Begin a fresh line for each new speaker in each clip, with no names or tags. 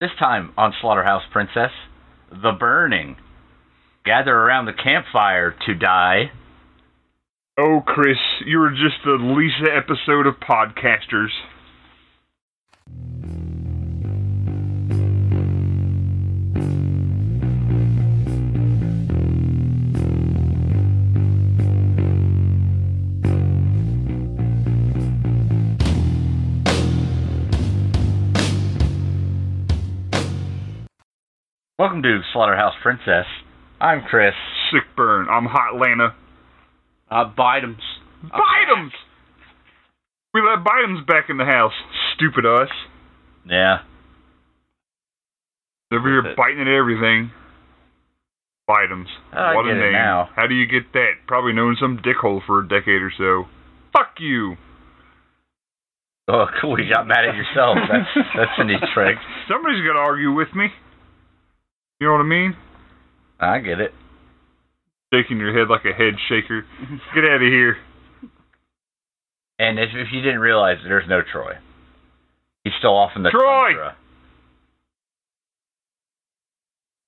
This time on Slaughterhouse Princess, The Burning. Gather around the campfire to die.
Oh, Chris, you were just the Lisa episode of Podcasters.
Welcome to Slaughterhouse Princess. I'm Chris.
Sick burn. I'm hot, Lana.
Uh, Bidems.
Bitems! We let Bitems back in the house. Stupid us.
Yeah.
They're Over here
That's it.
biting at everything. Bitems.
I
what
get
a
it
name.
now.
How do you get that? Probably known some dickhole for a decade or so. Fuck you.
Oh, cool. You got mad at yourself. That's that's a neat trick.
Somebody's gonna argue with me. You know what I mean?
I get it.
Shaking your head like a head shaker. Get out of here.
And if, if you didn't realize, there's no Troy. He's still off in the
Troy!
tundra.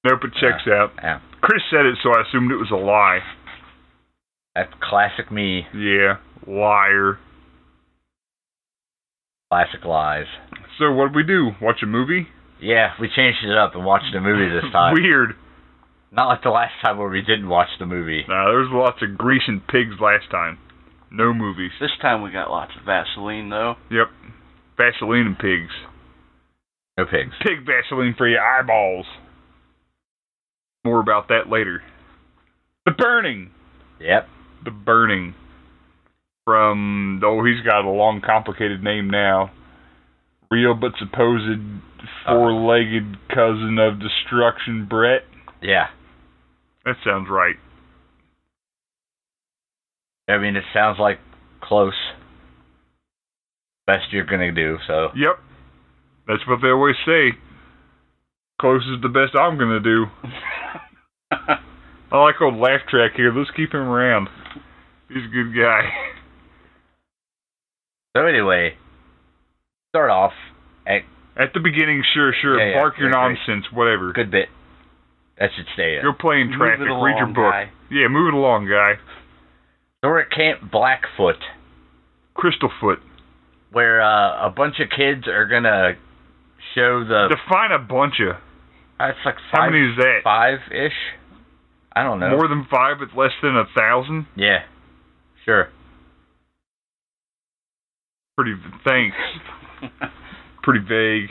Nope, it checks out.
Yeah.
Chris said it, so I assumed it was a lie.
That's classic me.
Yeah, liar.
Classic lies.
So what we do? Watch a movie?
Yeah, we changed it up and watched a movie this time.
Weird.
Not like the last time where we didn't watch the movie.
Nah, there was lots of grease and pigs last time. No movies.
This time we got lots of Vaseline, though.
Yep. Vaseline and pigs.
No pigs.
Pig Vaseline for your eyeballs. More about that later. The Burning.
Yep.
The Burning. From, oh, he's got a long, complicated name now. Real but supposed four legged cousin of Destruction Brett.
Yeah.
That sounds right.
I mean, it sounds like close. Best you're gonna do. So
Yep. That's what they always say. Close is the best I'm going to do. I like old laugh track here. Let's keep him around. He's a good guy.
so anyway, start off at
At the beginning, sure, sure.
Yeah, yeah,
bark your
great, great.
nonsense, whatever.
good bit. That should stay in.
You're playing
Move
traffic.
it along,
Read your book.
guy.
Yeah, move it along, guy.
So we're at Camp Blackfoot,
Crystalfoot.
where uh, a bunch of kids are gonna show the.
Define a bunch of.
uh, it's like
How
five,
many is that?
five ish. I don't know.
More than five, but less than a thousand?
yeah. Sure.
Pretty, thanks. Pretty vague.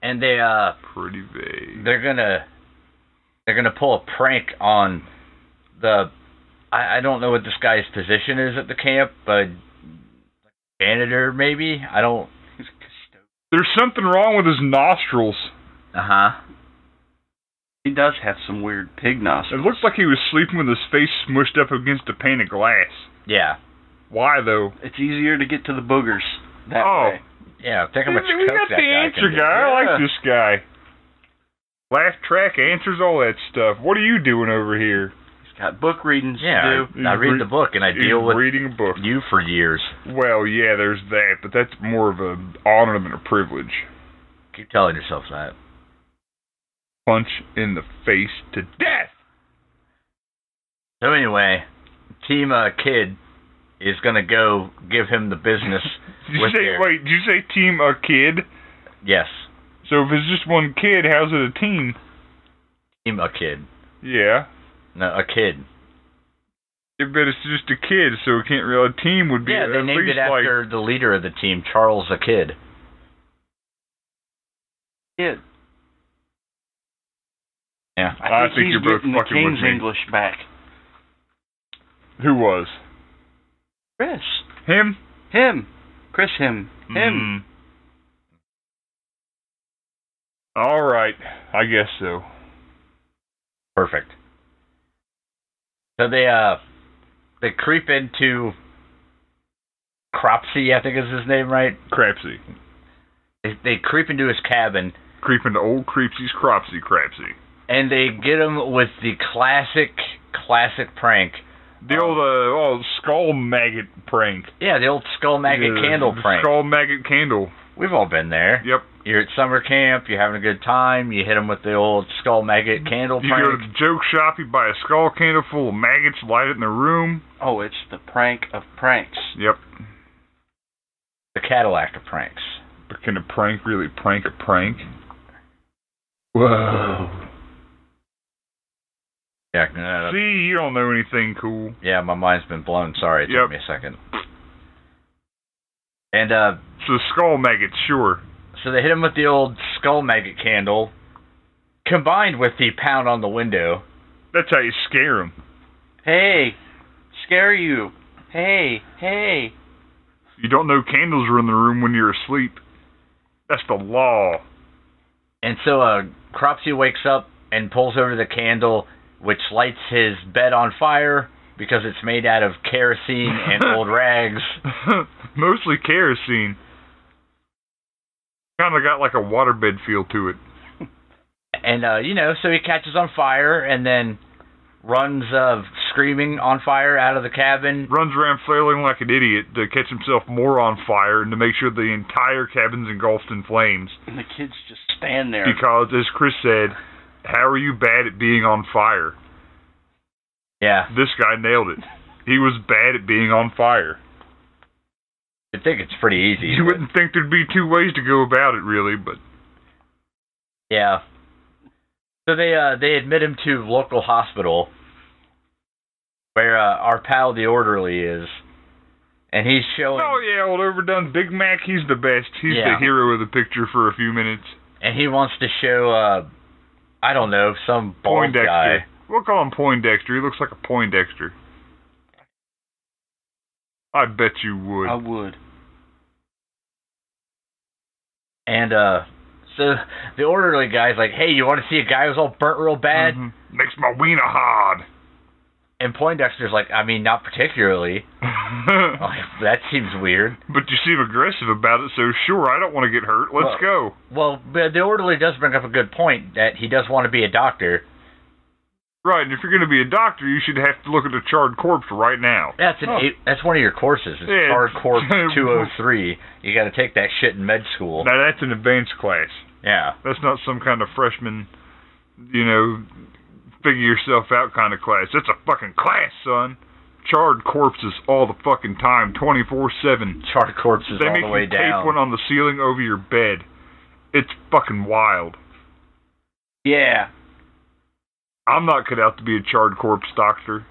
And they uh
Pretty vague.
they're gonna they're gonna pull a prank on the I, I don't know what this guy's position is at the camp, but janitor maybe? I don't
He's a custodian.
There's something wrong with his nostrils.
uh huh.
he does have some weird pig
It
nostrils.
looks like he was sleeping with his face smushed up against a pane of glass.
Yeah.
Why, though?
It's easier to get to the boogers that
Oh.
way.
Yeah, think how
We
much
we
coke
got
that
the
guy
answer,
can do.
guy. I like
Yeah.
this guy. Laugh track answers all that stuff. What are you doing over here?
He's got book readings
Yeah,
to do.
do.
I, I read the book and I
He's
deal with
reading a book.
you for years.
Well, yeah, there's that, but that's more of an honor than a privilege.
Keep telling yourself that.
Punch in the face to death.
So anyway, Team uh, Kid is gonna go give him the business
Did you
with
say
their
wait? Did you say team a kid?
yes,
So if it's just one kid, how's it a team?
Team a Kid,
Yeah,
no a kid.
Yeah, but it's just a kid, so it can't really. A team would be
Yeah, they
at
named
least
it
like
after the leader of the team, Charles the Kid.
Yeah,
Yeah,
I
I think,
think
he's
you're both
getting the
fucking with
King's
me.
English back.
who was
Chris.
him?
Him. Chris him. Him.
Mm. All right, I guess so.
perfect. So they uh they creep into Cropsey, I think is his name, right?
Crapsy.
They, they creep into his cabin
Creep into old Creepsy's Cropsy Crapsy.
and they get him with the classic classic prank.
The old, uh, oh, skull maggot prank.
Yeah, the old skull maggot
Yeah,
candle
the
prank.
Skull maggot candle.
We've all been there.
Yep.
You're at summer camp. You're having a good time. You hit them with the old skull maggot candle
You go to
prank.
the joke shop, you buy a skull candle full of maggots, light it in the room.
Oh, it's the prank of pranks.
Yep.
The Cadillac of pranks.
But can a prank really prank a prank? Whoa.
Yeah. uh,
See, you don't know anything cool.
Yeah, my mind's been blown. Sorry, it
Yep.
took me a second. And uh,
So skull maggots, sure.
so they hit him with the old skull maggot candle, combined with the pound on the window.
That's how you scare them.
Hey, scare you. Hey, hey.
You don't know candles are in the room when you're asleep. That's the law.
And so uh, Cropsy wakes up and pulls over the candle, which lights his bed on fire because it's made out of kerosene and old rags.
Mostly kerosene. Kind of got like a waterbed feel to it.
And uh, you know, so he catches on fire and then runs uh, screaming on fire out of the cabin.
Runs around flailing like an idiot to catch himself more on fire and to make sure the entire cabin's engulfed in flames.
And the kids just stand there.
Because, as Chris said, how are you bad at being on fire?
Yeah,
This guy nailed it. He was bad at being on fire.
I think it's pretty easy.
You wouldn't think there'd be two ways to go about it, really, but
Yeah. So they uh they admit him to local hospital where uh, our pal the orderly is and he's showing
Oh yeah, old overdone Big Mac. He's the best. He's
Yeah.
the hero of the picture for a few minutes.
and he wants to show uh I don't know, some bald guy.
Poindexter. We'll call him Poindexter. He looks like a Poindexter. I bet you would.
I would.
And uh so the orderly guy's like, "Hey, you want to see a guy who's all burnt real bad?"
Mhm. Makes my wiener hard.
And Poindexter's like, "I mean, not particularly. Like, that seems weird."
but you seem aggressive about it, so sure, I don't want to get hurt.
Well-
Let's go.
Well, but the orderly does bring up a good point that he does want to be a doctor.
Right, and if you're going to be a doctor, you should have to look at a charred corpse right now.
That's an
Oh.
eight, that's one of your courses. It's
Yeah.
hardcore 203. You got to take that shit in med school.
Now that's an advanced class.
Yeah.
That's not some kind of freshman, you know, figure yourself out kind of class. That's a fucking class, son. Charred corpses all the fucking time, 24 7.
Chart corpses
They
all
make
the way
you tape one
down.
on the ceiling over your bed. It's fucking wild.
Yeah.
I'm not cut out to be a charred corpse doctor.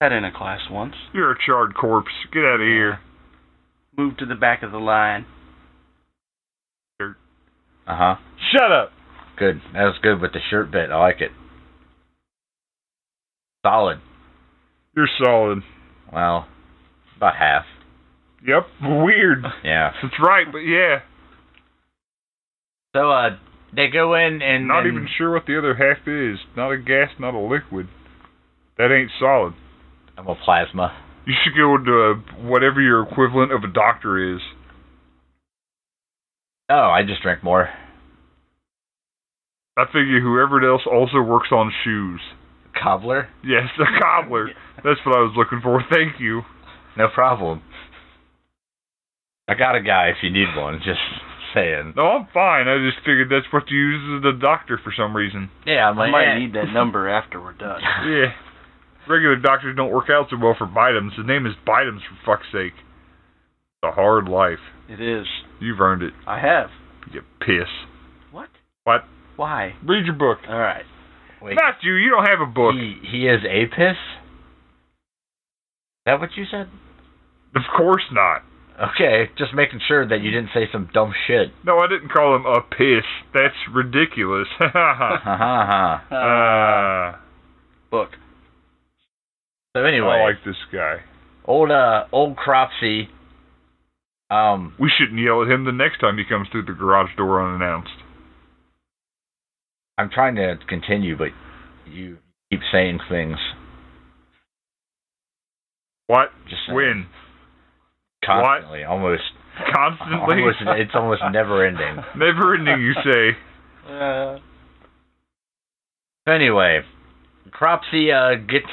Had in a class once.
You're a charred corpse. Get out of here.
Moved to the back of the line.
Uh huh.
Shut up.
Good. That was good with the shirt bit. I like it. Solid.
You're solid.
Well, about half.
Yep. Weird.
Yeah.
That's right, but yeah.
So uh, they go in and
Not
and-
even sure what the other half is. Not a gas, not a liquid. That ain't solid.
I'm a plasma.
You should go to uh, whatever your equivalent of a doctor is.
Oh, I just drank more.
I figure whoever else also works on shoes.
Cobbler.
Yes, a cobbler. That's what I was looking for. Thank you.
No problem. I got a guy if you need one. Just saying.
No, I'm fine. I just figured that's what you use as a doctor for some reason.
Yeah, I'm
I
like,
might
eh.
need that number after we're done.
Yeah. Regular doctors don't work out so well for Bitems. His name is Bitems, for fuck's sake. The hard life.
It is.
You've earned it,
I have.
you piss.
What?
What?
Why?
Read your book.
All right.
Wait.
Not you. You don't have a book.
He he is a piss. Is that what you said?
Of course not.
Okay, just making sure that you didn't say some dumb shit.
No, I didn't call him a piss. That's ridiculous.
Ha
Uh-huh,
ha ha.
Uh,
Uh,
book.
So
I
anyway,
like this guy.
old uh old Cropsy. Um,
We shouldn't yell at him the next time he comes through the garage door unannounced.
I'm trying to continue, but you keep saying things.
What?
Just saying.
When?
constantly, almost,
Constantly?
almost. It's almost never ending.
Never ending, you say.
Uh,
Anyway, Cropsy uh, gets,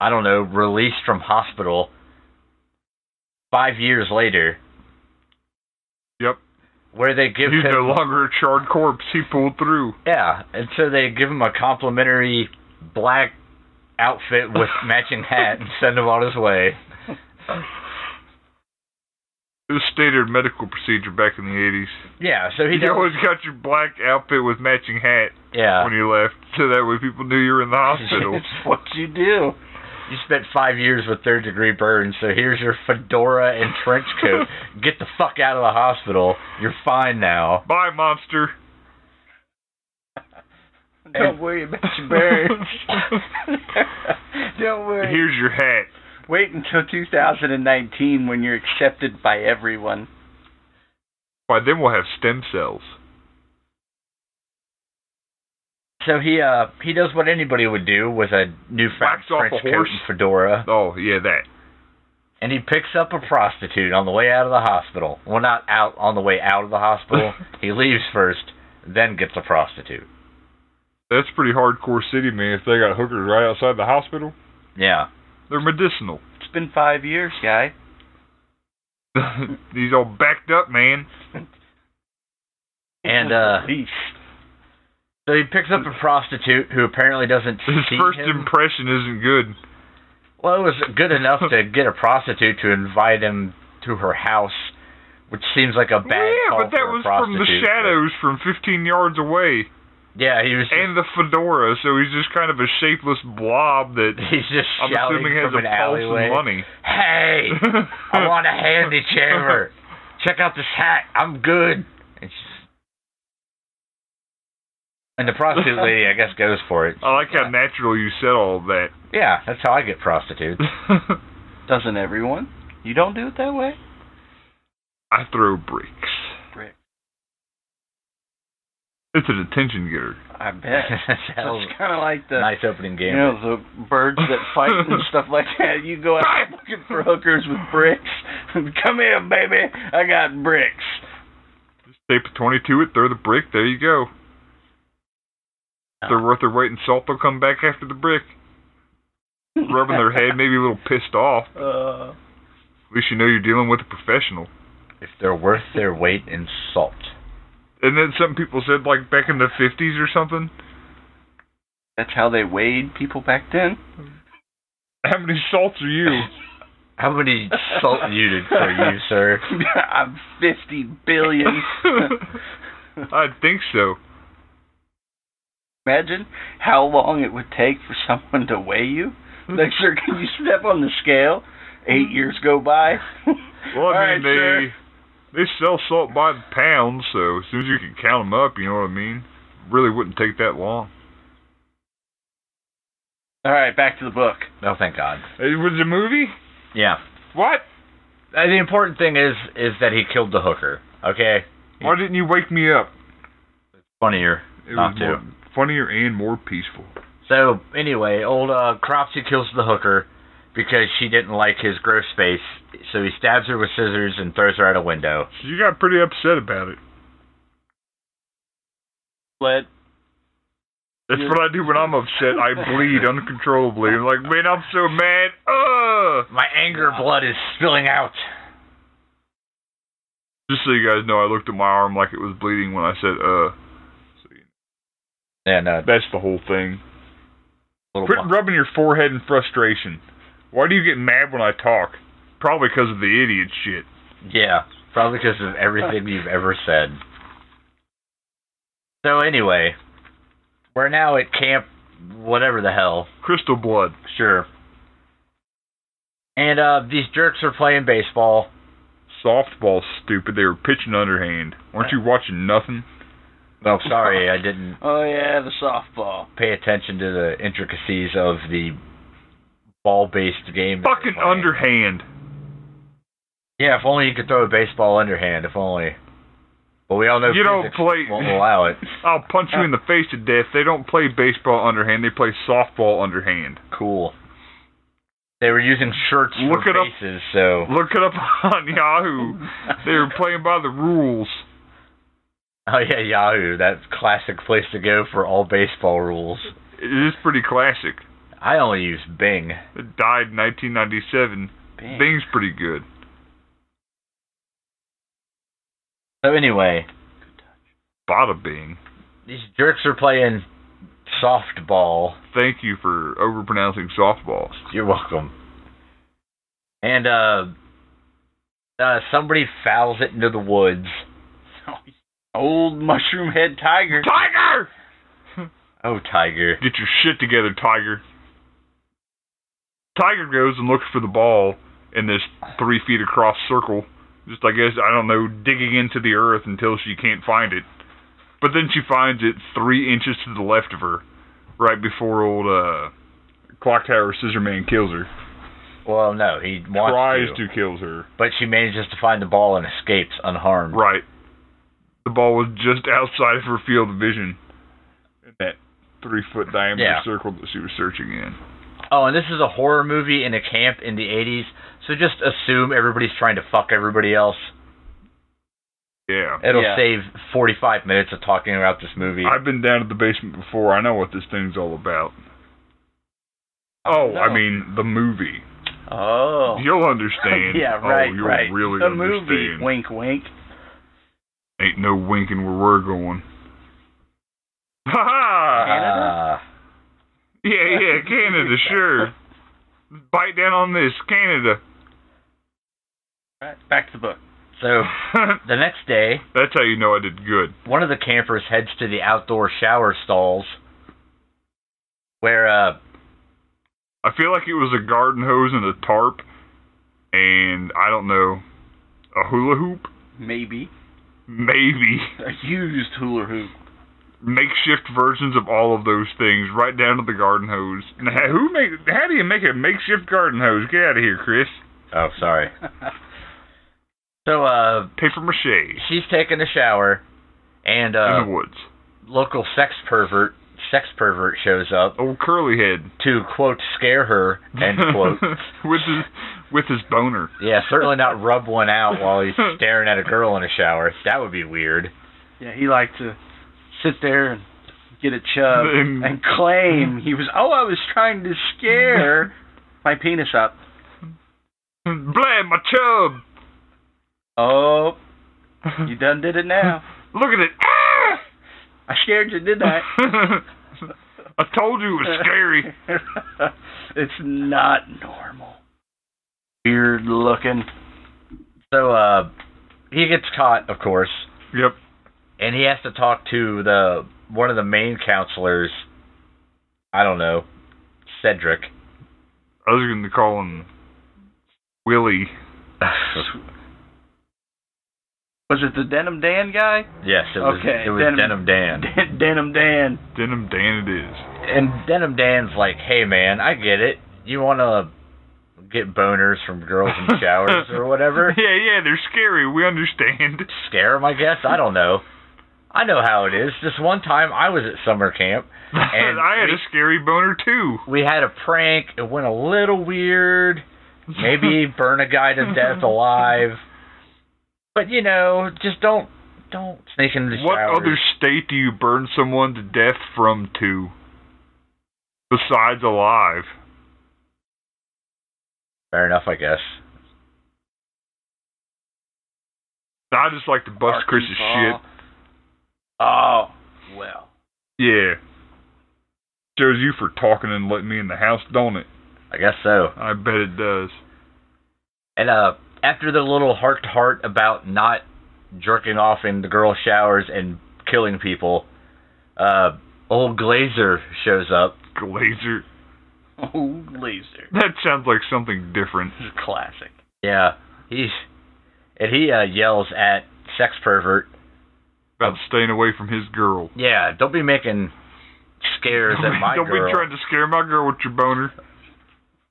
I don't know, released from hospital five years later.
Yep.
where they give
He's
him
no longer a charred corpse. He pulled through.
yeah, and so they give him a complimentary black outfit with matching hat and send him on his way.
It was standard medical procedure back in the 80s.
Yeah, so he
you
does
always got your black outfit with matching hat
yeah.
when you left, so that way people knew you were in the hospital.
it's what you do.
You spent five years with third degree burns, so here's your fedora and trench coat. Get the fuck out of the hospital. You're fine now.
Bye, monster.
Don't worry about your burns. Don't worry.
Here's your hat.
Wait until 2019 when you're accepted by everyone.
Why, then we'll have stem cells.
So he uh he does what anybody would do with a newfound
Whacks off a
trench coat
horse.
and fedora,
Oh, yeah, that.
and he picks up a prostitute on the way out of the hospital. Well, not out on the way out of the hospital. he leaves first, then gets a prostitute.
That's pretty hardcore city, man, if they got hookers right outside the hospital.
Yeah,
They're medicinal.
It's been five years, guy.
He's all backed up, man.
and uh
Least.
so he picks up a prostitute who apparently doesn't
His
see
first
him.
impression isn't good.
Well, it was good enough to get a prostitute to invite him to her house, which seems like a bad
yeah,
call
but that
for a
was from the
prostitute, but-
shadows from 15 yards away.
Yeah, he was. Just,
And the fedora, so he's just kind of a shapeless blob that
he's just
I'm
shouting
assuming has
from
a
an
pulse
alleyway.
and money.
Hey, I want a handy chamber. Check out this hat. I'm good. And, she's... and the prostitute lady, I guess, goes for it.
I like how natural you said all of that.
Yeah, that's how I get prostitutes.
Doesn't everyone? You don't do it that way?
I throw bricks.
Brick.
It's an attention getter.
I bet.
that was
It's kind of like the
nice opening
you
game.
know the birds that fight and stuff like that. You go out looking for hookers with bricks. Come here, baby. I got bricks.
Just tape a 22 it, throw the brick, there you go. If They're worth their weight in salt, they'll come back after the brick. Rubbing their head, maybe a little pissed off.
Uh,
At least you know you're dealing with a professional.
If they're worth their weight in salt.
And then some people said, like, back in the 50s or something,
that's how they weighed people back then.
how many salts are you?
How many salt units are you, sir?
I'm 50 billion.
I think so.
Imagine how long it would take for someone to weigh you. Like, sir, can you step on the scale?
Mm-hmm.
Eight years go by.
Well,
All
I
right,
mean,
sir.
they they sell salt by the pound, so as soon as you can count them up, you know what I mean. Really wouldn't take that long.
All right, back to the book.
Oh, thank God.
It was a movie.
Yeah.
What?
Uh, The important thing is is that he killed the hooker. Okay,
Why didn't you wake me up?
funnier.
It
Not
was
to.
more funnier and more peaceful.
So anyway, old uh, Cropsy kills the hooker because she didn't like his gross face, so he stabs her with scissors and throws her out a window.
So you got pretty upset about it.
Let
That's
Yeah.
what I do when I'm upset. I bleed uncontrollably. I'm like, man, I'm so mad. Ugh.
My anger blood is spilling out.
Just so you guys know, I looked at my arm like it was bleeding when I said, uh. So, you
Yeah, no,
know, That's the whole thing.
little
Quit
bu-
rubbing your forehead in frustration. Why do you get mad when I talk? Probably because of the idiot shit.
yeah, probably because of everything you've ever said. So anyway, we're now at camp, whatever the hell.
Crystal blood.
Sure. And uh, these jerks are playing baseball.
Softball, stupid. They were pitching underhand. Weren't you watching nothing?
Well, sorry, I didn't
oh yeah, the softball.
pay attention to the intricacies of the ball-based game. that they're
Fucking
playing.
underhand.
Yeah, if only you could throw a baseball underhand. If only. But we all know
You don't
physics
play-
won't allow it.
I'll punch you in the face to death. They don't play baseball underhand. They play softball underhand.
Cool. They were using shirts
Look
for
it up.
bases, so
Look it up on Yahoo. They were playing by the rules.
oh yeah, Yahoo, that classic place to go for all baseball rules.
It is pretty classic.
I only use Bing.
It died in 1997.
Bing.
Bing's pretty good.
So anyway,
Bada Bing.
these jerks are playing softball.
Thank you for overpronouncing softball.
You're welcome. And uh, uh somebody fouls it into the woods.
Old mushroom head tiger.
Tiger!
Oh, tiger.
Get your shit together, Tiger. Tiger goes and looks for the ball in this three feet across circle. Just, I guess, I don't know, digging into the earth until she can't find it. But then she finds it three inches to the left of her, right before old uh, Clock Tower Scissor Man kills her.
Well, no, he wants
Tries
to,
to kills her.
but she manages to find the ball and escapes unharmed.
Right. The ball was just outside of her field of vision in that three foot diameter
Yeah.
circle that she was searching in.
Oh, and this is a horror movie in a camp in the 80s, so just assume everybody's trying to fuck everybody else.
Yeah.
It'll
Yeah.
save 45 minutes of talking about this movie.
I've been down to the basement before. I know what this thing's all about. Oh,
No.
I mean the movie.
Oh.
You'll understand.
yeah, right,
oh, you'll
right.
really
the
understand.
movie. Wink, wink.
Ain't no winking where we're going. Ha
Uh-huh.
ha!
Uh,
Canada?
Yeah, yeah, Canada, sure. Bite down on this, Canada.
Right, back to the book.
so the next day,
That's how you know I did good.
one of the campers heads to the outdoor shower stalls where uh
I feel like it was a garden hose and a tarp, and I don't know, a hula hoop,
Maybe.
maybe
A used hula hoop.
makeshift versions of all of those things, right down to the garden hose. And how- Who make? How do you make a makeshift garden hose? Get out of here, Chris.
oh sorry. So uh
Paper mache
she's taking a shower and
in
uh
the woods.
local sex pervert sex pervert shows up
Old curly head.
to quote scare her end quote.
with his with his boner.
yeah, certainly not rub one out while he's staring at a girl in a shower. That would be weird.
yeah, he liked to sit there and get a chub
And-
Uh, and claim he was, oh, I was trying to scare my penis up.
Blam my chub.
Oh, you done did it now.
Look at it. Ah!
I scared you, didn't I?
I told you it was scary.
it's not normal. Weird looking.
So uh he gets caught, of course,
Yep.
and he has to talk to the one of the main counselors. I don't know, Cedric.
I was going to call him Willie.
Was it the Denim Dan guy?
yes, it was.
Okay,
it was Denim,
Denim-
Dan,
Den- Denim Dan.
Denim Dan it is.
and Denim Dan's like, "Hey, man, I get it. You want to get boners from girls in showers or whatever?
Yeah, yeah, they're scary. We understand.
Scare 'em, I guess. I don't know. I know how it is. This one time, I was at summer camp. And
I had
we-
a scary boner too.
We had a prank. It went a little weird. Maybe burn a guy to death alive. But you know, just don't don't sneak into the
what
showers.
other state do you burn someone to death from to? Besides alive.
Fair enough, I guess.
I just like to bust Chris's
Arkansas.
shit.
Oh, well.
Yeah. Shows you for talking and letting me in the house, don't it?
I guess so.
I bet it does.
And uh, after the little heart to heart about not jerking off in the girl showers and killing people, uh, old Glazer shows up.
Glazer.
Oh, laser.
That sounds like something different.
This is classic.
Yeah, he's and he uh, yells at sex pervert.
About staying away from his girl.
Yeah, don't be making scares at my
Don't
girl.
be trying to scare my girl with your boner.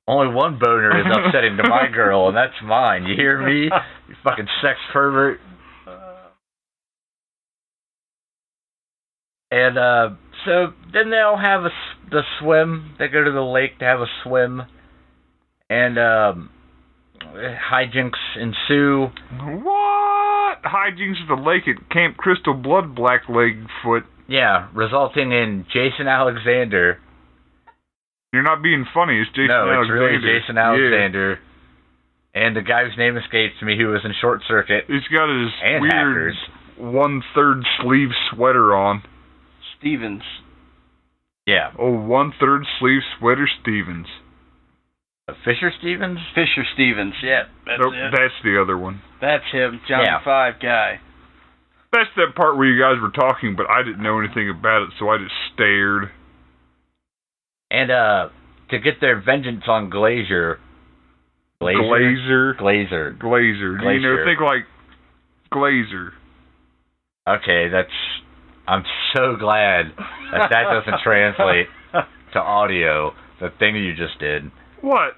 Only one boner is upsetting to my girl, and that's mine. You hear me? You fucking sex pervert.
Uh,
And uh, so then they all have a s- the swim. They go to the lake to have a swim, and um, hijinks ensue.
What? Hijinks at the lake at Camp Crystal Blood Black Legfoot.
Yeah, resulting in Jason Alexander.
You're not being funny. It's Jason
no, it's
Alexander.
really Jason Alexander, and the guy whose name escapes me, who was in Short Circuit
Yeah. He's got his
and
weird
Hackers.
one third sleeve sweater on.
Stevens.
Yeah.
Oh, one third sleeve sweater Stevens.
Fisher Stevens?
Fisher Stevens. Yeah, that's
nope,
it.
that's the other one.
that's him. John
Yeah.
Five guy.
That's that part where you guys were talking, but I didn't know anything about it, so I just stared.
And uh to get their vengeance on Glazer. Glazer.
Glazer.
Glazer.
Glazer. You know,
Glazer.
think like Glazer.
Okay, that's I'm so glad that that doesn't translate to audio. The thing you just did.
What?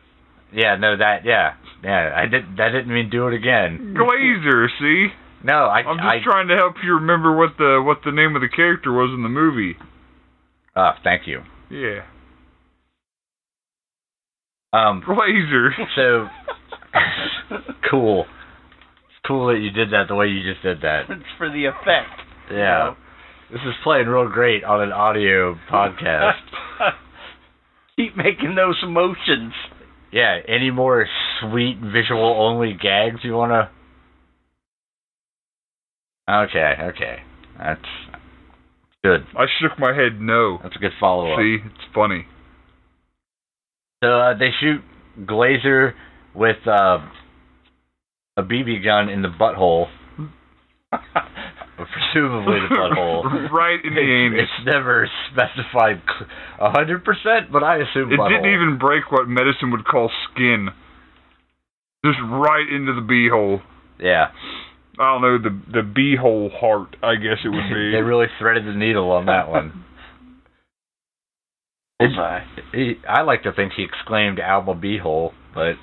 Yeah, no, that yeah. Yeah, I did that didn't mean do it again.
Glazer, see?
No, I
I'm
I
just trying to help you remember what the what the name of the character was in the movie.
uh, thank you.
Yeah.
Um
Glazer.
so cool. It's cool that you did that the way you just did that.
it's for the effect.
Yeah.
you know?
This is playing real great on an audio podcast.
Keep making those motions.
yeah, any more sweet visual only gags you want to Okay, okay. That's good.
I shook my head no.
That's a good follow up.
See, it's funny.
So uh, they shoot Glazer with uh, a BB gun in the butthole, presumably the butthole.
right in the anus.
It's never specified cl- 100%, but I assume
It
butthole.
didn't even break what medicine would call skin. Just right into the beehole.
Yeah.
I don't know, the the beehole heart, I guess it would be.
they really threaded the needle on that one.
Bullseye.
He, I like to think he exclaimed "Alma beehole," but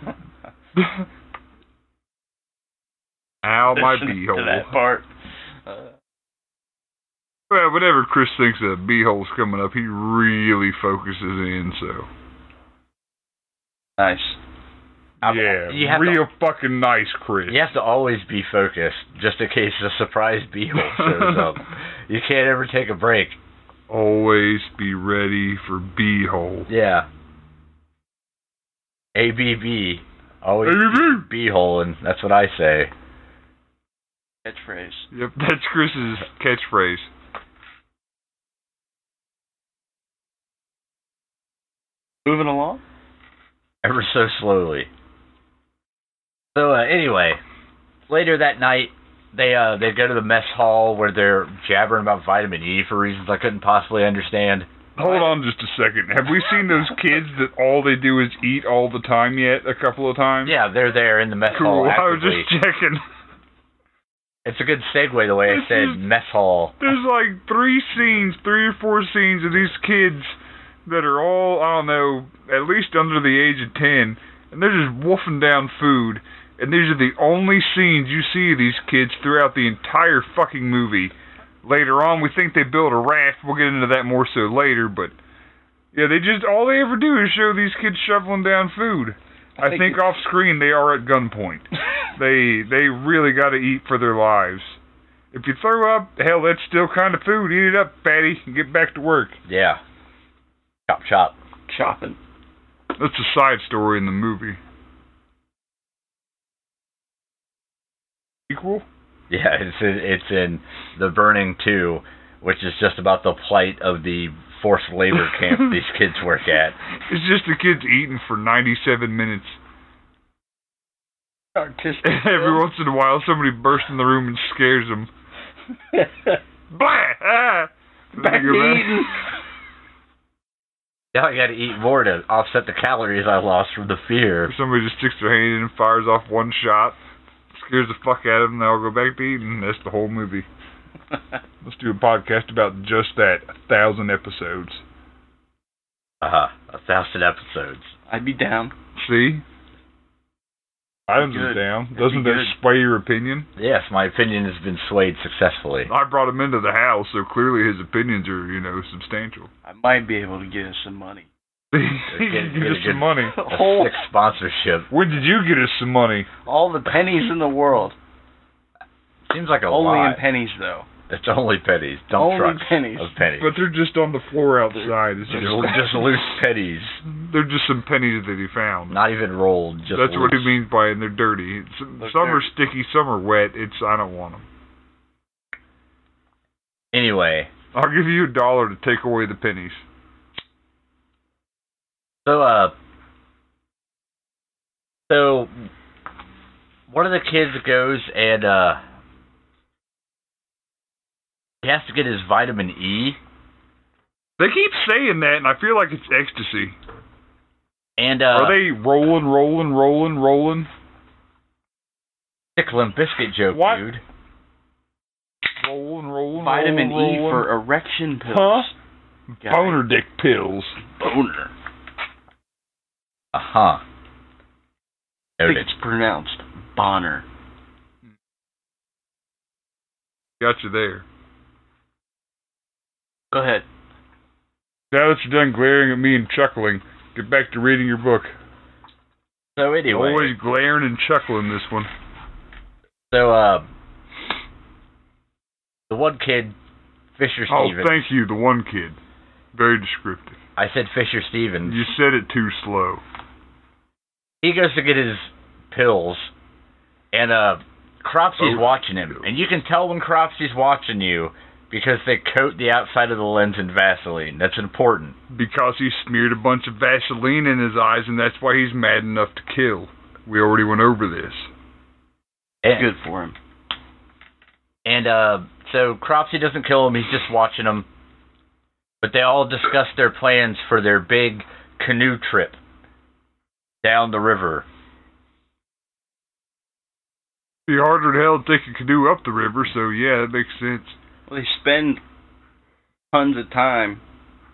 Ow, my
Listen to
beehole.
that part. Uh,
Well, whenever Chris thinks that beehole's coming up, he really focuses in, so.
nice.
I'm-
yeah,
you have,
real fucking nice, Chris.
to, you have to always be focused, just in case a surprise beehole shows up. You can't ever take a break.
Always be ready for beehole.
Yeah. ABB. Always
ABB.
beehole, and that's what I say.
Catchphrase.
Yep, that's Chris's catchphrase.
Moving along.
ever so slowly. So uh, anyway, later that night, they uh, they go to the mess hall where they're jabbering about vitamin E for reasons I couldn't possibly understand.
Hold on just a second. Have we seen those kids that all they do is eat all the time yet? A couple of times?
Yeah, they're there in the mess
Cool.
hall
I was
actively.
just checking.
It's a good segue the way I
This
said
is-
mess hall.
There's like three scenes, three or four scenes of these kids that are all, I don't know, at least under the age of 10, and they're just wolfing down food. And these are the only scenes you see of these kids throughout the entire fucking movie. Later on, we think they build a raft. We'll get into that more so later, but yeah, they just, all they ever do is show these kids shoveling down food. I think, off screen they are at gunpoint. they they really got to eat for their lives. If you throw up, hell, that's still kind of food. Eat it up, fatty, and get back to work.
Yeah, chop chop.
chopping.
That's a side story in the movie. Equal?
Yeah, it's in, it's in the Burning Two, which is just about the plight of the forced labor camp these kids work at.
It's just the kids eating for 97 minutes.
Artistic.
Every once in a while, somebody bursts in the room and scares them. Blah! Ah!
Back to eating.
Now I got to eat more to offset the calories I lost from the fear.
Or somebody just sticks their hand in and fires off one shot, scares the fuck out of them, they all go back to eating. That's the whole movie. Let's do a podcast about just that. A thousand episodes.
Uh, a thousand episodes.
I'd be down.
See? Items is
That'd be good.
down.
That'd
Doesn't
be
that
good.
sway your opinion?
Yes, my opinion has been swayed successfully.
I brought him into the house, so clearly his opinions are, you know, substantial.
I might be able to get us some money.
he
good,
can get
good,
us some
good.
money.
A
Whole,
sick sponsorship.
When did you get us some money?
all the pennies in the world.
Seems like a
Only
lot.
in pennies, though.
it's only pennies. Dump
Only
trucks
pennies.
of pennies.
But they're just on the floor outside. It's
just,
just,
just loose pennies.
they're just some pennies that he found.
Not even rolled. Just
That's what he
loose.
means by and they're dirty. It's, some
They're
are sticky, some are wet. It's I don't want them.
Anyway,
I'll give you a dollar to take away the pennies.
so uh, so one of the kids goes and uh, he has to get his vitamin E,
They keep saying that, and I feel like it's ecstasy.
and uh,
Are they rolling, rolling, rolling, rolling,
sick Limp Biscuit joke,
What?
dude.
rolling, rolling?
Vitamin E
rolling, rolling?
for erection pills.
Huh?
Guy.
boner dick pills.
Boner.
Uh huh.
I think
Noted.
it's pronounced Bonner.
Got you there.
Go ahead.
Now that you're done glaring at me and chuckling, get back to reading your book.
So anyway,
Always glaring and chuckling this one.
so uh, the one kid, Fisher
Oh,
Stevens.
thank you, the one kid. Very descriptive.
I said Fisher Stevens.
You said it too slow.
he goes to get his pills, and uh, Cropsy's
Oh.
watching him, and you can tell when Cropsy's watching you because they coat the outside of the lens in Vaseline. That's important.
Because he smeared a bunch of Vaseline in his eyes, and that's why he's mad enough to kill. We already went over this.
And,
Good for him.
And uh, so Cropsy doesn't kill him; he's just watching him. But they all discuss their plans for their big canoe trip down the river.
Be harder to hell to take a canoe up the river, so yeah, that makes sense.
Well, they spend tons of time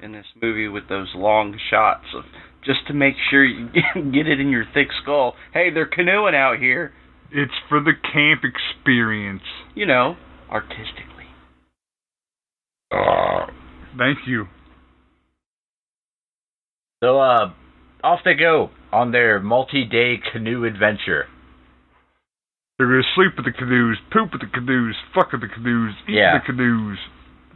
in this movie with those long shots of just to make sure you get it in your thick skull. Hey, they're canoeing out here.
It's for the camp experience.
You know, artistically. Uh,
Ah, thank you.
So uh, off they go on their multi-day canoe adventure.
They're gonna sleep with the canoes, poop with the canoes, fuck with the canoes, eat
Yeah.
with the canoes.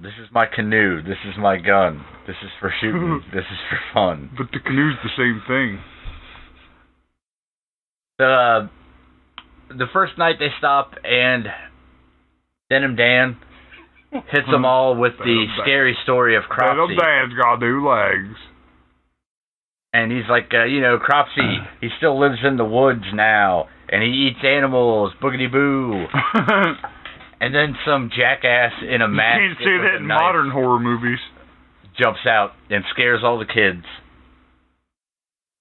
This is my canoe. This is my gun. This is for shooting. this is for fun.
But the canoe's the same thing.
The uh, the first night they stop and Denim Dan hits
Hmm.
them all with the
Denim Dan.
scary story of
Little
Cropsy,
dad's got new legs.
and he's like, uh, you know, Cropsy. He still lives in the woods now, and he eats animals. Boogity boo. And then some jackass in a
you
mask
can't say
with
that
a
in
knife
modern horror movies.
jumps out and scares all the kids.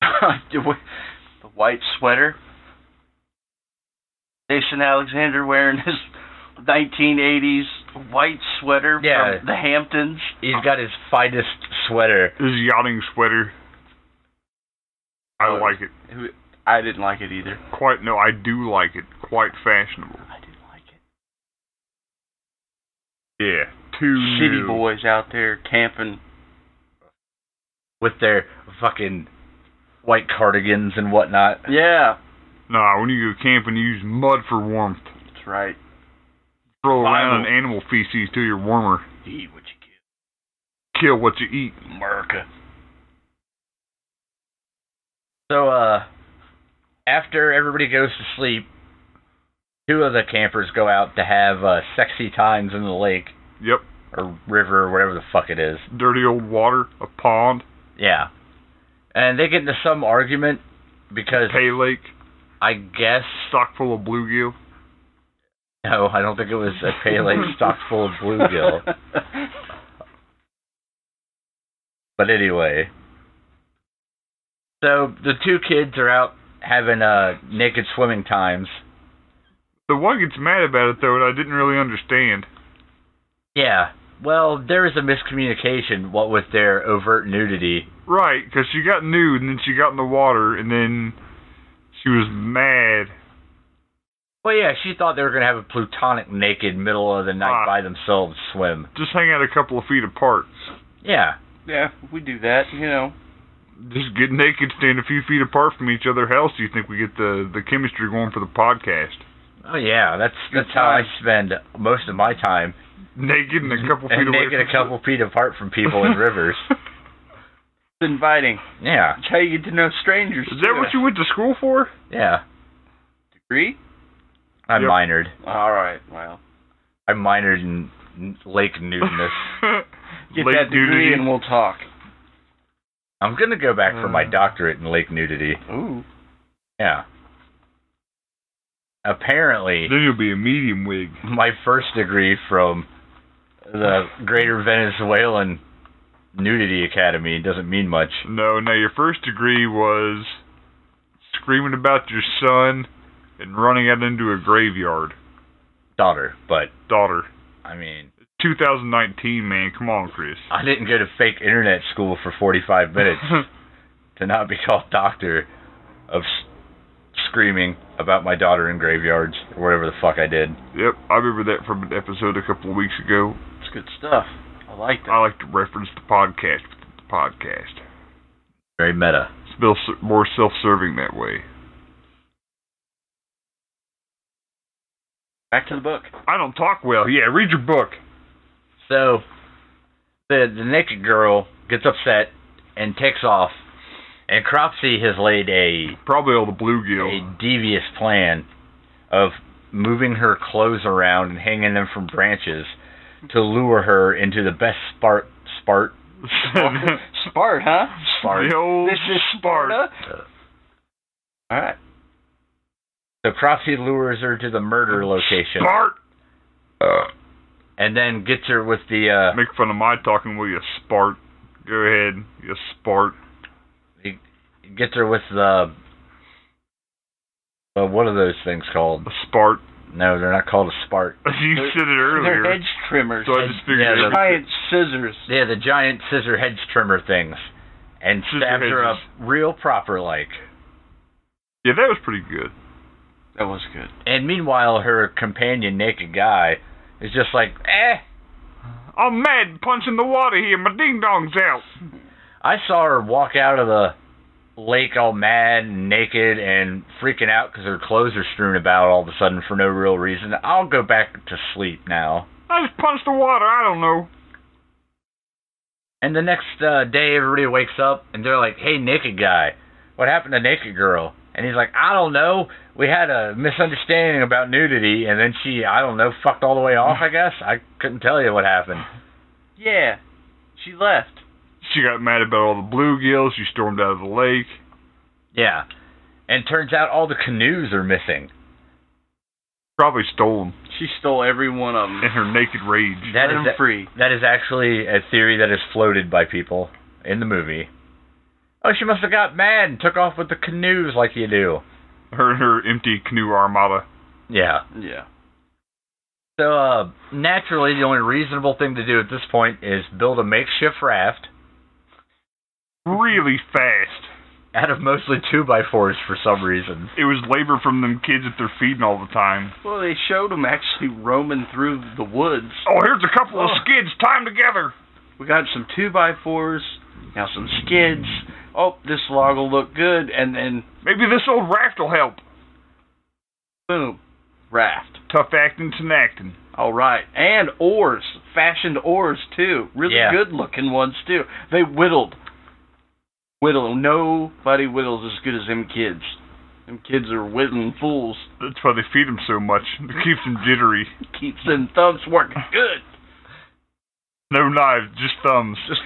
the wh- the white sweater. Jason Alexander wearing his 1980s white sweater
Yeah.
from the Hamptons.
He's got his finest sweater.
His yachting sweater. I
Oh.
like it.
Who- I didn't like it either.
Quite no, I do like it. Quite fashionable.
I didn't like it.
Yeah. Too
City
new.
boys out there camping.
with their fucking white cardigans and whatnot.
Yeah,
Nah, when you go camping, you use mud for warmth.
that's right.
Throw around
Vinyl.
an animal feces till you're warmer.
Eat what you get,
Kill what you eat.
America.
So, uh, after everybody goes to sleep, two of the campers go out to have uh, sexy times in the lake
Yep.
or river or whatever the fuck it is.
Dirty old water, a pond,
Yeah. And they get into some argument because
pay lake,
I guess.
stock full of bluegill.
No, I don't think it was a Pele stocked full of bluegill. But anyway. So the two kids are out having uh, naked swimming times.
The one gets mad about it though, and I didn't really understand.
Yeah. Well, there is a miscommunication. What with their overt nudity?
Right, because she got nude and then she got in the water and then she was mad.
Well, yeah, she thought they were gonna have a plutonic naked middle of the night
Ah.
by themselves swim.
Just hang out a couple of feet apart.
Yeah.
yeah, we do that, you know.
Just get naked, stand a few feet apart from each other. How else do you think we get the the chemistry going for the podcast?
Oh yeah, that's
Good
that's how I
time.
spend most of my time,
Naked and a couple feet
and
away.
naked
from
a couple feet apart from people in rivers.
It's inviting.
Yeah,
That's how you get to know strangers.
Is that what you went to school for?
yeah.
agree?
I
Yep.
minored.
All right. Well,
I minored in n- lake nudeness.
Get
Late
that degree
nudity.
and we'll talk.
I'm gonna go back for my
Uh.
doctorate in lake nudity.
Ooh.
Yeah. Apparently,
Then you'll be a medium wig.
my first degree from the Greater Venezuelan Nudity Academy doesn't mean much.
No, no, your first degree was screaming about your son and running out into a graveyard.
Daughter, but
Daughter.
I mean,
2019, man. Come on, Chris.
I didn't go to fake internet school for 45 minutes to not be called doctor of s- screaming about my daughter in graveyards or whatever the fuck I did.
yep, I remember that from an episode a couple of weeks ago.
It's good stuff. I like that.
I like to reference the podcast with the podcast.
Very meta.
It's feel s- more self-serving that way.
Back to the book.
I don't talk well. Oh, Yeah, read your book.
So the the naked girl gets upset and takes off, and Cropsey has laid a
Probably all the bluegill.
a devious plan of moving her clothes around and hanging them from branches to lure her into the best spart spart
Spart, huh?
spart.
The old
This is Sparta. All right.
So Cropsey lures her to the murder location
Spart. Uh,
and then gets her with the uh
Make fun of my talking, will you, Spart? Go ahead, you Spart.
gets her with the well, what are those things called?
A Spart.
No, they're not called a spart.
You
They're-
said it
They're
earlier,
hedge trimmers.
so I just figured
Yeah,
it
they're-
was
giant scissors.
Yeah, the giant scissor hedge trimmer things. And
Scissor
stabs her up
hedges.
real proper like.
Yeah, that was pretty good.
That was good.
And meanwhile her companion, naked guy, is just like, eh,
I'm mad, punching the water here. My ding dong's out.
I saw her walk out of the lake all mad and naked and freaking out because her clothes are strewn about all of a sudden for no real reason. I'll go back to sleep now.
I just punched the water. I don't know.
And the next uh, day, everybody wakes up and they're like, hey, naked guy, what happened to naked girl? And he's like, I don't know. We had a misunderstanding about nudity, and then she, I don't know, fucked all the way off, I guess. I couldn't tell you what happened.
Yeah. She left.
She got mad about all the bluegills. She stormed out of the lake.
Yeah. And turns out all the canoes are missing.
Probably stolen
She stole every one of them.
in her naked rage.
That
Let
is
them
that-
free.
That is actually a theory that is floated by people in the movie. Oh, she must have got mad and took off with the canoes like you do.
Her and her empty canoe armada.
Yeah.
Yeah.
So, uh, naturally, the only reasonable thing to do at this point is build a makeshift raft
Really fast.
out of mostly 2x4s for some reason.
It was labor from them kids that they're feeding all the time.
Well, they showed them actually roaming through the woods.
Oh, here's a couple of
Oh.
skids timed together.
We got some two by fours, now some skids. Oh, this log will look good, and then
Maybe this old raft will help.
boom, raft.
Tough acting, to acting.
All right, and oars, fashioned oars too, really
Yeah.
good looking ones too. They whittled, whittle. Nobody whittles as good as them kids. Them kids are whittling fools.
That's why they feed them so much. It keeps them jittery.
Keeps them thumbs working good.
No knives, just thumbs.
Just,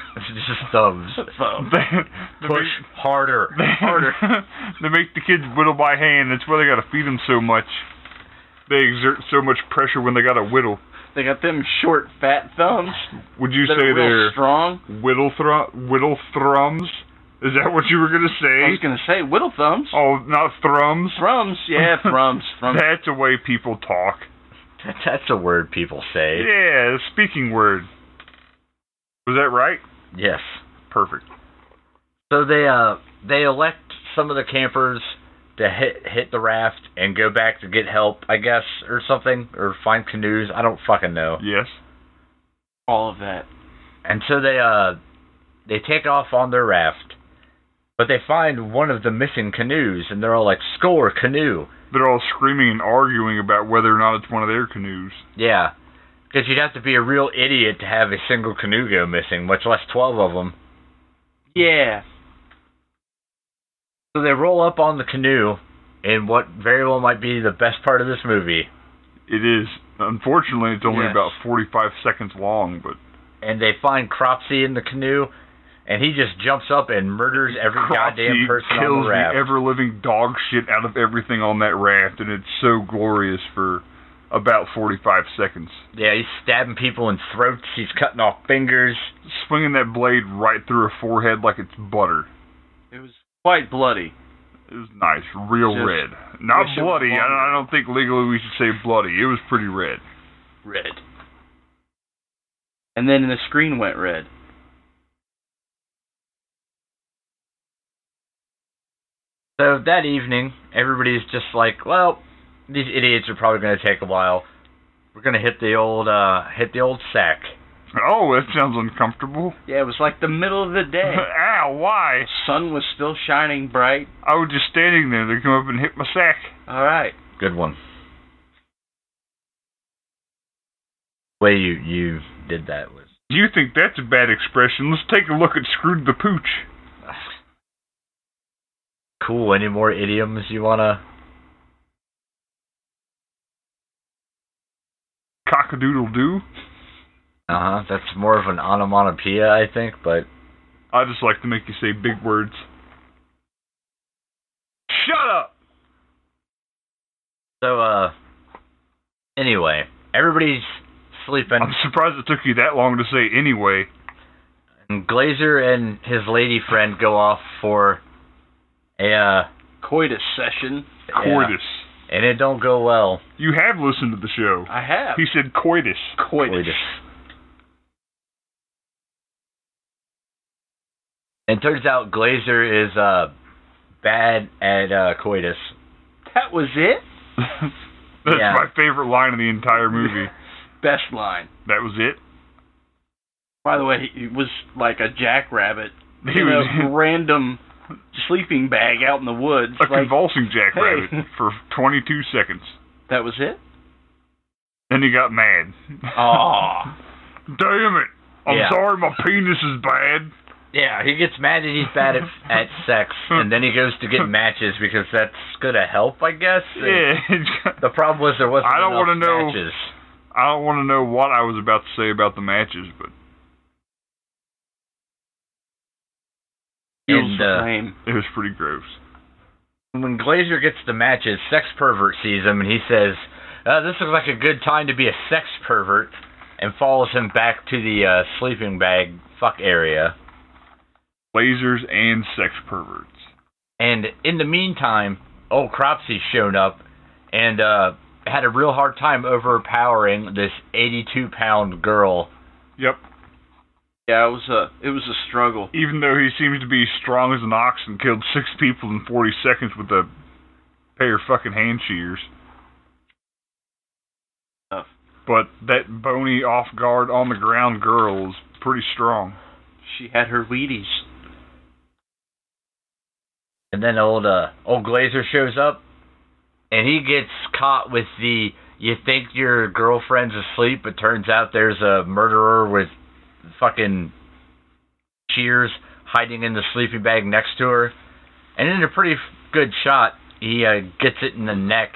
just thumbs.
Thumbs.
They- they
Push
make-
harder.
they-
Harder.
they make the kids whittle by hand. That's why they gotta feed them so much. They exert so much pressure when they gotta whittle.
They got them short, fat thumbs
Would you
that
say
are real
they're
strong.
whittle thru- whittle thrums? Is that what you were gonna
I
say?
was gonna say whittle thumbs.
Oh, not thrums.
Thrums, yeah, thrums, thrums.
That's the way people talk.
That's a word people say.
Yeah, speaking word. Was that right?
Yes.
Perfect.
So they uh they elect some of the campers to hit hit the raft and go back to get help, I guess, or something, or find canoes. I don't fucking know.
Yes.
All of that.
And so they uh they take off on their raft, but they find one of the missing canoes, and they're all like, "Score canoe!"
They're all screaming and arguing about whether or not it's one of their canoes.
Yeah, because you'd have to be a real idiot to have a single canoe go missing, much less twelve of them.
Yeah.
So they roll up on the canoe in what very well might be the best part of this movie.
It is Unfortunately, it's only
Yes.
about 45 seconds long, but
and they find Cropsy in the canoe, and he just jumps up and murders every
Cropsey
goddamn person on
kills
the raft.
the ever living dog shit out of everything on that raft, and it's so glorious for about 45 seconds.
yeah, he's stabbing people in throats. He's cutting off fingers.
Swinging that blade right through her forehead like it's butter.
It was quite bloody.
It was nice, real
Just
red. Not
wish it was
bloody. I,
longer.
I don't think legally we should say bloody. It was pretty red.
Red. And then the screen went red.
So that evening, everybody's just like, "Well, these idiots are probably going to take a while. We're going to hit the old, uh, hit the old sack."
Oh, that sounds uncomfortable.
Yeah, it was like the middle of the day.
Ow, why?
the sun was still shining bright.
I was just standing there. They come up and hit my sack.
All right.
Good one. The way you you did that was
You think that's a bad expression? Let's take a look at screwed the pooch.
cool. Any more idioms you wanna?
Cockadoodle doo.
Uh huh. That's more of an onomatopoeia, I think, but
I just like to make you say big words. Shut up!
So, uh, anyway, everybody's sleeping.
I'm surprised it took you that long to say anyway.
And Glazer and his lady friend go off for a, uh,
Coitus session.
Yeah.
Coitus.
and it don't go well.
You have listened to the show.
I have.
He said coitus.
coitus.
Coitus. And turns out Glazer is, uh, bad at, uh, coitus.
That was it?
That's
Yeah.
my favorite line of the entire movie.
Best line.
that was it.
By the way, he was like a jackrabbit
He
in a
was
random sleeping bag out in the woods.
a
like,
convulsing jackrabbit
hey.
for 22 seconds.
that was it?
Then he got mad.
Aw.
Damn it! I'm
Yeah.
sorry, my penis is bad.
Yeah, he gets mad that he's bad at, at sex, and then he goes to get matches because that's gonna help, I guess.
Yeah.
The problem was there wasn't
I don't
enough
wanna know-
matches.
I don't want to know what I was about to say about the matches, but
And, uh,
Lame.
it was pretty gross.
when Glazer gets the matches, sex pervert sees him and he says, uh, "This looks like a good time to be a sex pervert," and follows him back to the uh, sleeping bag fuck area.
Lasers and sex perverts.
And in the meantime, old Cropsy's shown up and uh, had a real hard time overpowering this 82-pound girl.
Yep.
Yeah, it was a it was a struggle.
Even though he seems to be strong as an ox and killed six people in 40 seconds with a pair of fucking hand shears.
Tough.
But that bony, off guard, on the ground girl is pretty strong.
She had her Wheaties.
And then old uh, old Glazer shows up, and he gets caught with the you think your girlfriend's asleep, but turns out there's a murderer with fucking shears hiding in the sleeping bag next to her. And in a pretty f- good shot, he uh, gets it in the neck,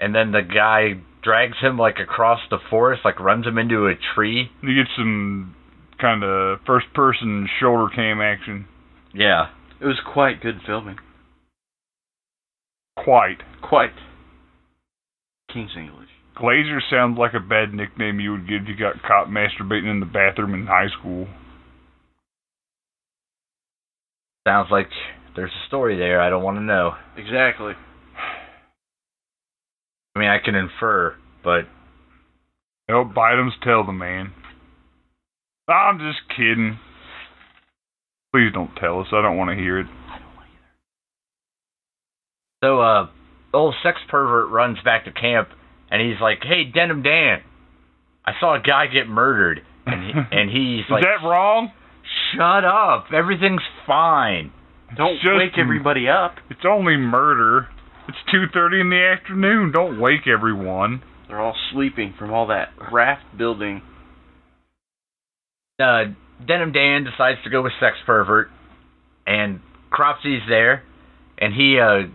and then the guy drags him like across the forest, like runs him into a tree.
You get some kind of first person shoulder cam action.
Yeah.
It was quite good filming.
Quite.
Quite. King's English.
Glazer sounds like a bad nickname you would give if you got caught masturbating in the bathroom in high school.
Sounds like there's a story there. I don't want to know.
Exactly.
I mean, I can infer, but
Nope, Bitems tell the man. I'm just kidding. Please don't tell us. I don't want to hear it.
So, uh, old sex pervert runs back to camp, and he's like, "Hey, Denim Dan, I saw a guy get murdered," and he, and he's
Is
like,
that wrong?
"Shut up, everything's fine."
Don't
It's just-
wake everybody up.
It's only murder. It's 2:30 in the afternoon. Don't wake everyone.
They're all sleeping from all that raft building.
Uh, Denim Dan decides to go with sex pervert, and Cropsy's there, and he uh,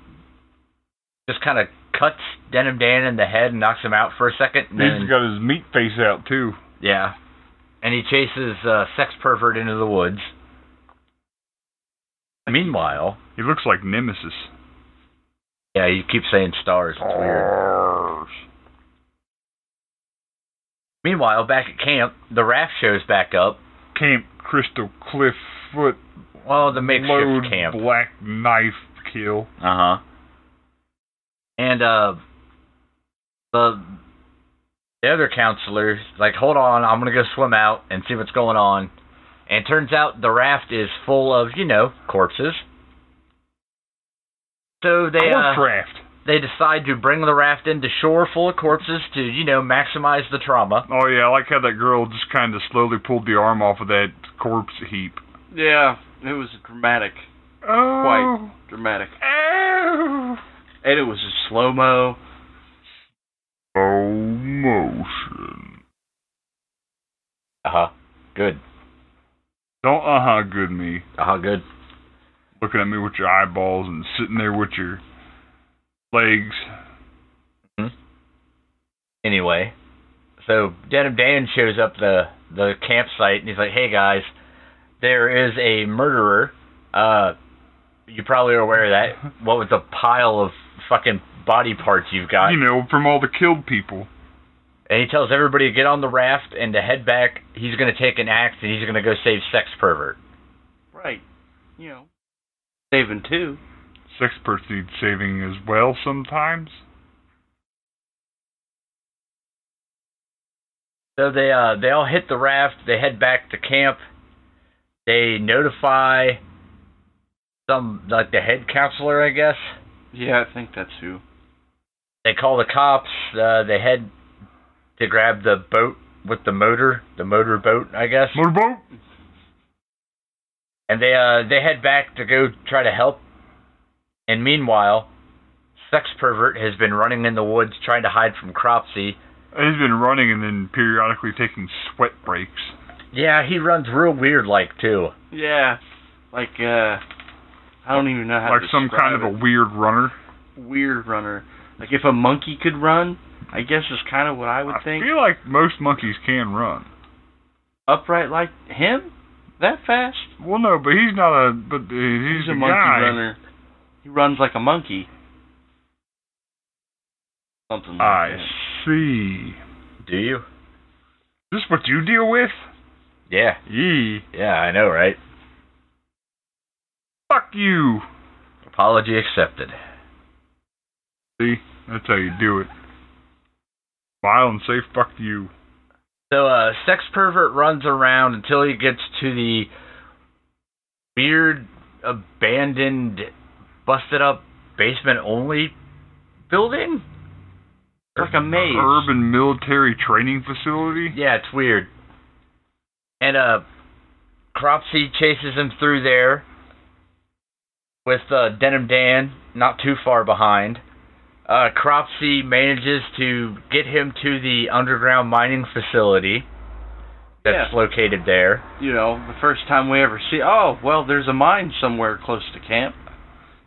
just kind of cuts Denim Dan in the head and knocks him out for a second. And
He's
then,
got his meat face out too.
yeah. And he chases uh, Sex Pervert into the woods. Meanwhile,
He looks like Nemesis.
yeah, you keep saying stars. It's weird. Meanwhile, back at camp, the raft shows back up.
Camp Crystal Cliff Foot
Well, the makeshift
Load
camp.
Black Knife Kill.
Uh huh. And uh, the the other counselor's like, "Hold on, I'm gonna go swim out and see what's going on." And turns out the raft is full of you know corpses. So they uh,
Warcraft.
they decide to bring the raft into shore full of corpses to you know maximize the trauma.
Oh yeah, I like how that girl just kind of slowly pulled the arm off of that corpse heap.
Yeah, it was dramatic,
Oh.
dramatic,
Oh.
and it was a slow mo.
Slow motion.
Uh huh. Good.
Don't uh huh good me.
Uh huh. Good.
Looking at me with your eyeballs and sitting there with your legs.
anyway, so Denim Dan shows up the the campsite and he's like, "Hey guys, there is a murderer. Uh, you probably are aware of that. What with the pile of fucking body parts you've got?"
you know, from all the killed people.
And he tells everybody to get on the raft and to head back. He's gonna take an axe and he's gonna go save sex pervert.
Right, you know, saving two.
Sex pervert needs saving as well sometimes.
So they uh they all hit the raft. They head back to camp. They notify some like the head counselor, I guess.
Yeah, I think that's who.
they call the cops. Uh, they head to grab the boat with the motor, the motor boat, I guess.
Motorboat!
And they uh, they head back to go try to help. And meanwhile, sex pervert has been running in the woods trying to hide from Cropsy.
He's been running and then periodically taking sweat breaks.
Yeah, he runs real weird, like too.
Yeah, like uh, I don't even know how
Like
to
some kind of
describe
a weird runner.
it. weird runner. Like if a monkey could run, I guess is kind of what I would
I
think.
feel like most monkeys can run.
Upright like him, that fast.
Well, no, but he's not a. But uh, he's,
a monkey
guy.
runner. He runs like a monkey. Something like
I
that.
see.
Do you?
Is this what you deal with?
Yeah,
Yee.
yeah, I know, right?
Fuck you.
Apology accepted.
See, that's how you do it. Smile and say fuck you.
So, uh, sex pervert runs around until he gets to the weird, abandoned, busted up basement only building.
Like a maze.
Urban military training facility.
Yeah, it's weird. And uh, Cropsy chases him through there with uh, Denim Dan not too far behind. Uh, Cropsy manages to get him to the underground mining facility that's
Yeah.
located there.
You know, the first time we ever see. Oh, well, there's a mine somewhere close to camp.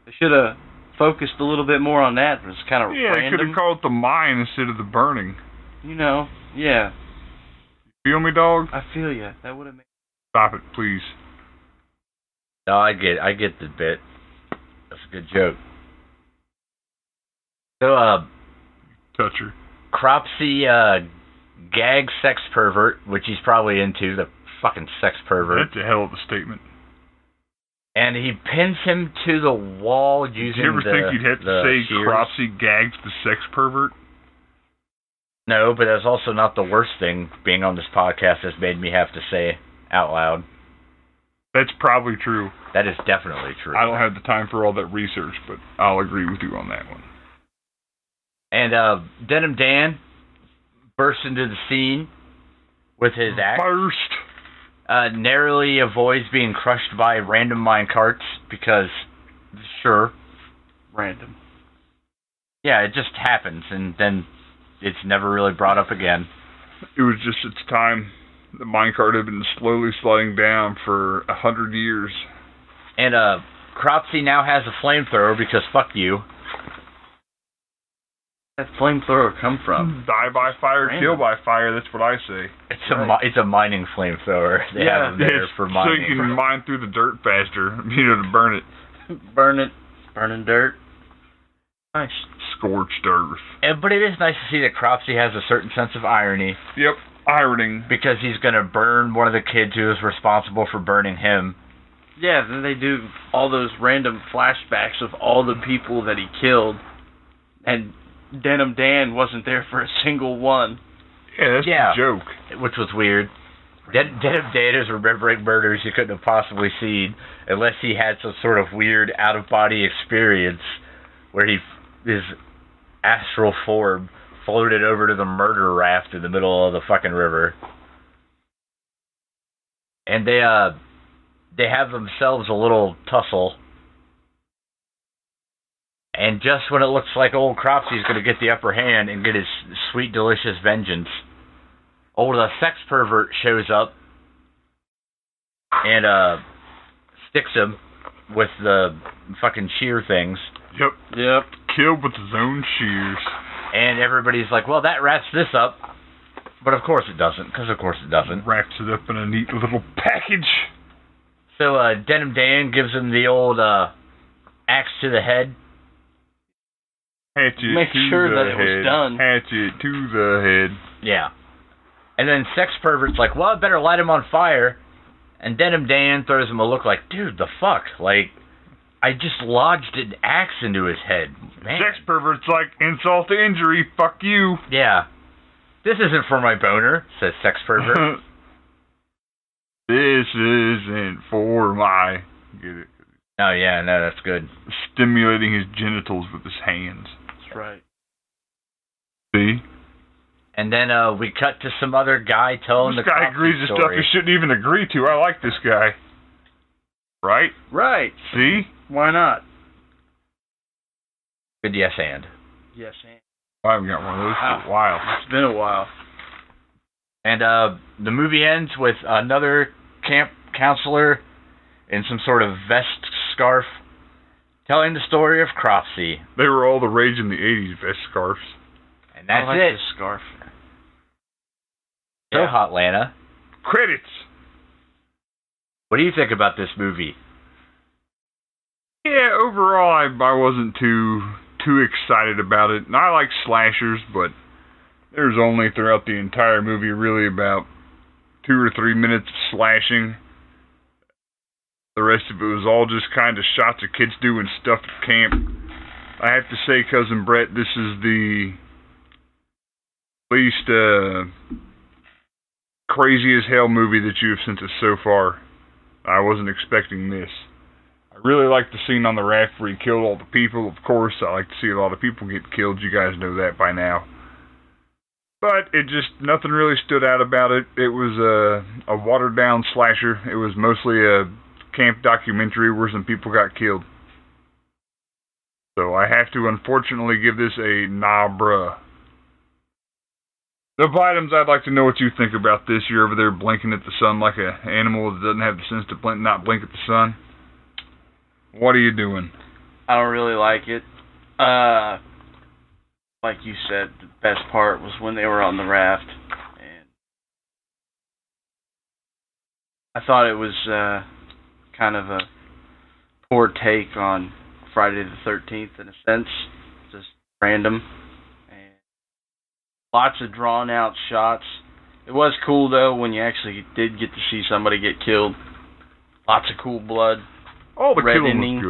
They should have focused a little bit more on that. It was kind of
Yeah, they could
random.
have called it the mine instead of the burning.
you know, yeah.
Feel me, dog?
I feel you. That would have made.
Stop it, please.
No, I get I get the bit. That's a good joke. So uh
Touch her.
Cropsy uh gag sex pervert, which he's probably into, the fucking sex pervert.
That's a hell of a statement.
And he pins him to the wall using
Did you ever
the,
think you'd have
the
to say
shears.
Cropsy gags the sex pervert?
No, but that's also not the worst thing being on this podcast has made me have to say out loud.
That's probably true.
That is definitely true.
I don't have the time for all that research, but I'll agree with you on that one.
and uh Denim Dan bursts into the scene with his axe.
First,
uh, narrowly avoids being crushed by random mine carts because, sure,
Random.
yeah, it just happens, and then it's never really brought up again.
it was just its time. The minecart had been slowly sliding down for a hundred years.
And uh, Cropsy now has a flamethrower because fuck you.
that flamethrower come from?
Die by fire, kill
Random.
by fire. That's what I say.
It's a mi- it's a mining flamethrower. They
Yeah,
have them there
Yes,
for
so
mining.
you can mine through the dirt faster, you know, to burn it.
Burn it, burning dirt. Nice.
Scorched earth.
And- but it is nice to see that Cropsy has a certain sense of irony
Yep, ironing.
because he's gonna burn one of the kids who is responsible for burning him.
Yeah, then they do all those random flashbacks of all the people that he killed, and Denim Dan wasn't there for a single one.
Yeah, that's
Yeah.
the joke.
which was weird. Dead, Dead of Dead is remembering murders he couldn't have possibly seen unless he had some sort of weird out of body experience where he his astral form floated over to the murder raft in the middle of the fucking river. And they uh they have themselves a little tussle. And just when it looks like old Cropsy's gonna get the upper hand and get his sweet delicious vengeance, old uh, sex pervert shows up and uh sticks him with the fucking shear things
Yep,
Yep.
killed with his own shears.
and everybody's like well that wraps this up but of course it doesn't because of course it doesn't
Wraps it up in a neat little package.
so uh denim dan gives him the old uh axe to the head
Hatchet
Make
to
sure
the
that it was
head.
done.
Hatchet to the head.
yeah and then sex pervert's like well i better light him on fire and denim dan throws him a look like dude the fuck like i just lodged an axe into his head man
Sex pervert's like insult to injury. Fuck you.
Yeah. This isn't for my boner, says sex pervert.
this isn't for my. Get it?
oh yeah, no, that's good.
Stimulating his genitals with his hands.
That's right.
See?
And then uh we cut to some other guy telling
this
the
guy
Cropsey
agrees to stuff
story.
he shouldn't even agree to. I like this guy. Right?
Right.
See?
Why not?
Good yes and.
Yes, and
I haven't got one of those for a while.
it's been a while.
And uh the movie ends with another camp counselor in some sort of vest scarf telling the story of Cropsey.
They were all the rage in the 80s, vest scarves.
And that's
I like
it.
This scarf.
So
yeah.
hot Lana.
Credits!
What do you think about this movie?
Yeah, overall, I, I wasn't too too excited about it. And I like slashers, but there's only throughout the entire movie really about two or three minutes of slashing. The rest of it was all just kind of shots of kids doing stuff at camp. I have to say, cousin Brett, this is the least uh, crazy as hell movie that you have sent us so far. I wasn't expecting this. I really like the scene on the raft where he killed all the people. Of course, I like to see a lot of people get killed. You guys know that by now. But it just nothing really stood out about it. It was a a watered down slasher. It was mostly a camp documentary where some people got killed. So I have to unfortunately give this a nah bruh. So items I'd like to know what you think about this. You're over there blinking at the sun like a animal that doesn't have the sense to blink, not blink at the sun. What are you doing?
I don't really like it. Uh, like you said, the best part was when they were on the raft, and I thought it was uh, kind of a poor take on Friday the Thirteenth in a sense, just random, and lots of drawn out shots. It was cool though when you actually did get to see somebody get killed. Lots of cool blood
All the
Red
killing
ending.
was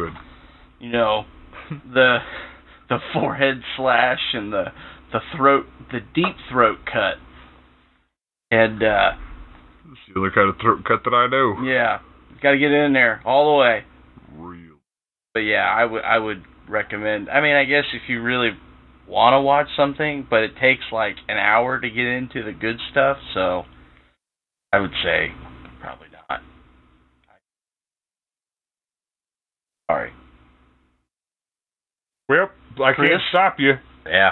good.
you know, the the forehead slash and the the throat the deep throat cut. And uh
It's the other kind of throat cut that I know.
yeah, got to get in there all the way.
Real.
But yeah, I would I would recommend. I mean, I guess if you really want to watch something, but it takes like an hour to get into the good stuff, so I would say probably not. Sorry.
Well, I
Chris?
can't stop you,
Yeah.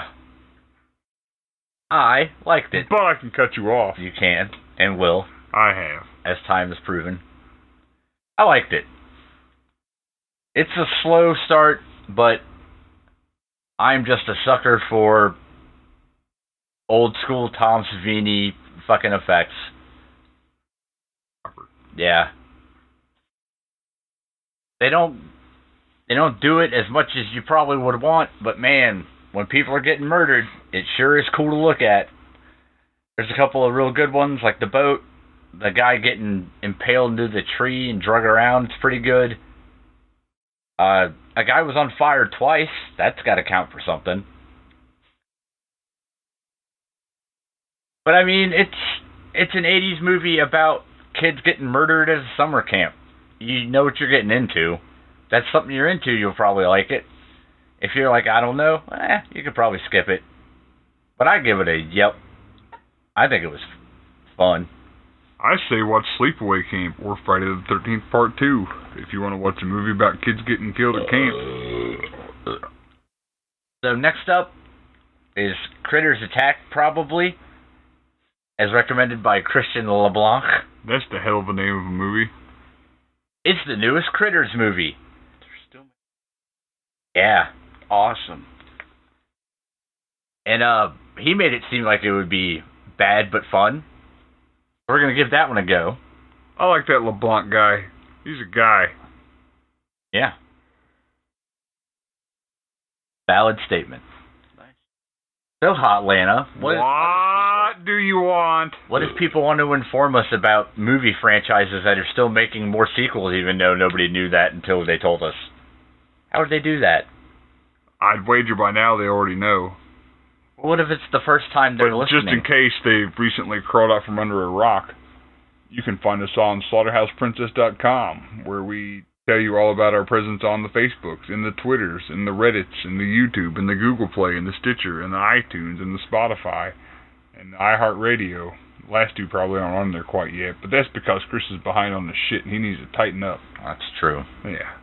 I liked it.
but I can cut you off.
You can and will,
I have.
as time has proven. I liked it. It's a slow start, but I'm just a sucker for old school Tom Savini fucking effects.
Proper.
Yeah. They don't they don't do it as much as you probably would want, but man, when people are getting murdered, it sure is cool to look at. There's a couple of real good ones like the boat, the guy getting impaled into the tree and drug around, it's pretty good. Uh a guy was on fire twice, that's gotta count for something. But I mean, it's it's an '80s movie about kids getting murdered at a summer camp. You know what you're getting into. If that's something you're into. You'll probably like it. If you're like, I don't know, eh, you could probably skip it. But I give it a yep. I think it was fun.
I say watch Sleepaway Camp or Friday the Thirteenth Part Two if you want to watch a movie about kids getting killed at camp.
So next up is Critters Attack, probably, as recommended by Christian LeBlanc.
That's the hell of a name of a movie.
It's the newest Critters movie.
They're still
Yeah.
awesome.
And uh, he made it seem like it would be bad but fun. We're gonna give that one a go.
I like that LeBlanc guy. He's a guy.
Yeah. Valid statement.
Nice.
So hot, Lana. What?
What, do you want?
What if people want to inform us about movie franchises that are still making more sequels, even though nobody knew that until they told us? How would they do that?
I'd wager by now they already know.
What if it's the first time they're
But just in
listening?
case they've recently crawled out from under a rock, you can find us on slaughterhouseprincess.com, where we tell you all about our presence on the Facebooks, in the Twitters, in the Reddits, in the YouTube, in the Google Play, in the Stitcher, in the iTunes, in the Spotify, and the iHeartRadio. Last two probably aren't on there quite yet, but that's because Chris is behind on the shit and he needs to tighten up.
That's true.
Yeah.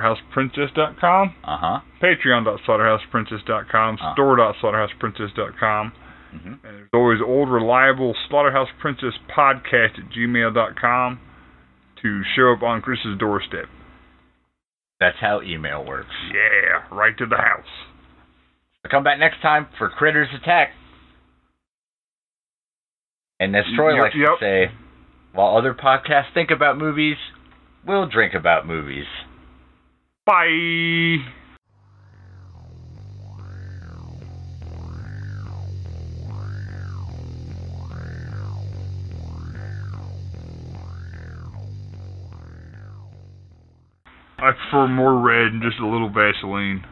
Store.slaughterhouseprincess.com
Uh huh.
patreon.slaughterhouseprincess.com,
Ah.
store.slaughterhouseprincess.com,
hmm
and there's always old reliable slaughterhouse princess podcast at gmail.com to show up on Chris's doorstep.
That's how email works.
Yeah, right to the house.
Come back next time for Critters Attack. And as Troy
Yep,
likes
yep.
to say, while other podcasts think about movies, we'll drink about movies.
Bye. I prefer more red and just a little Vaseline.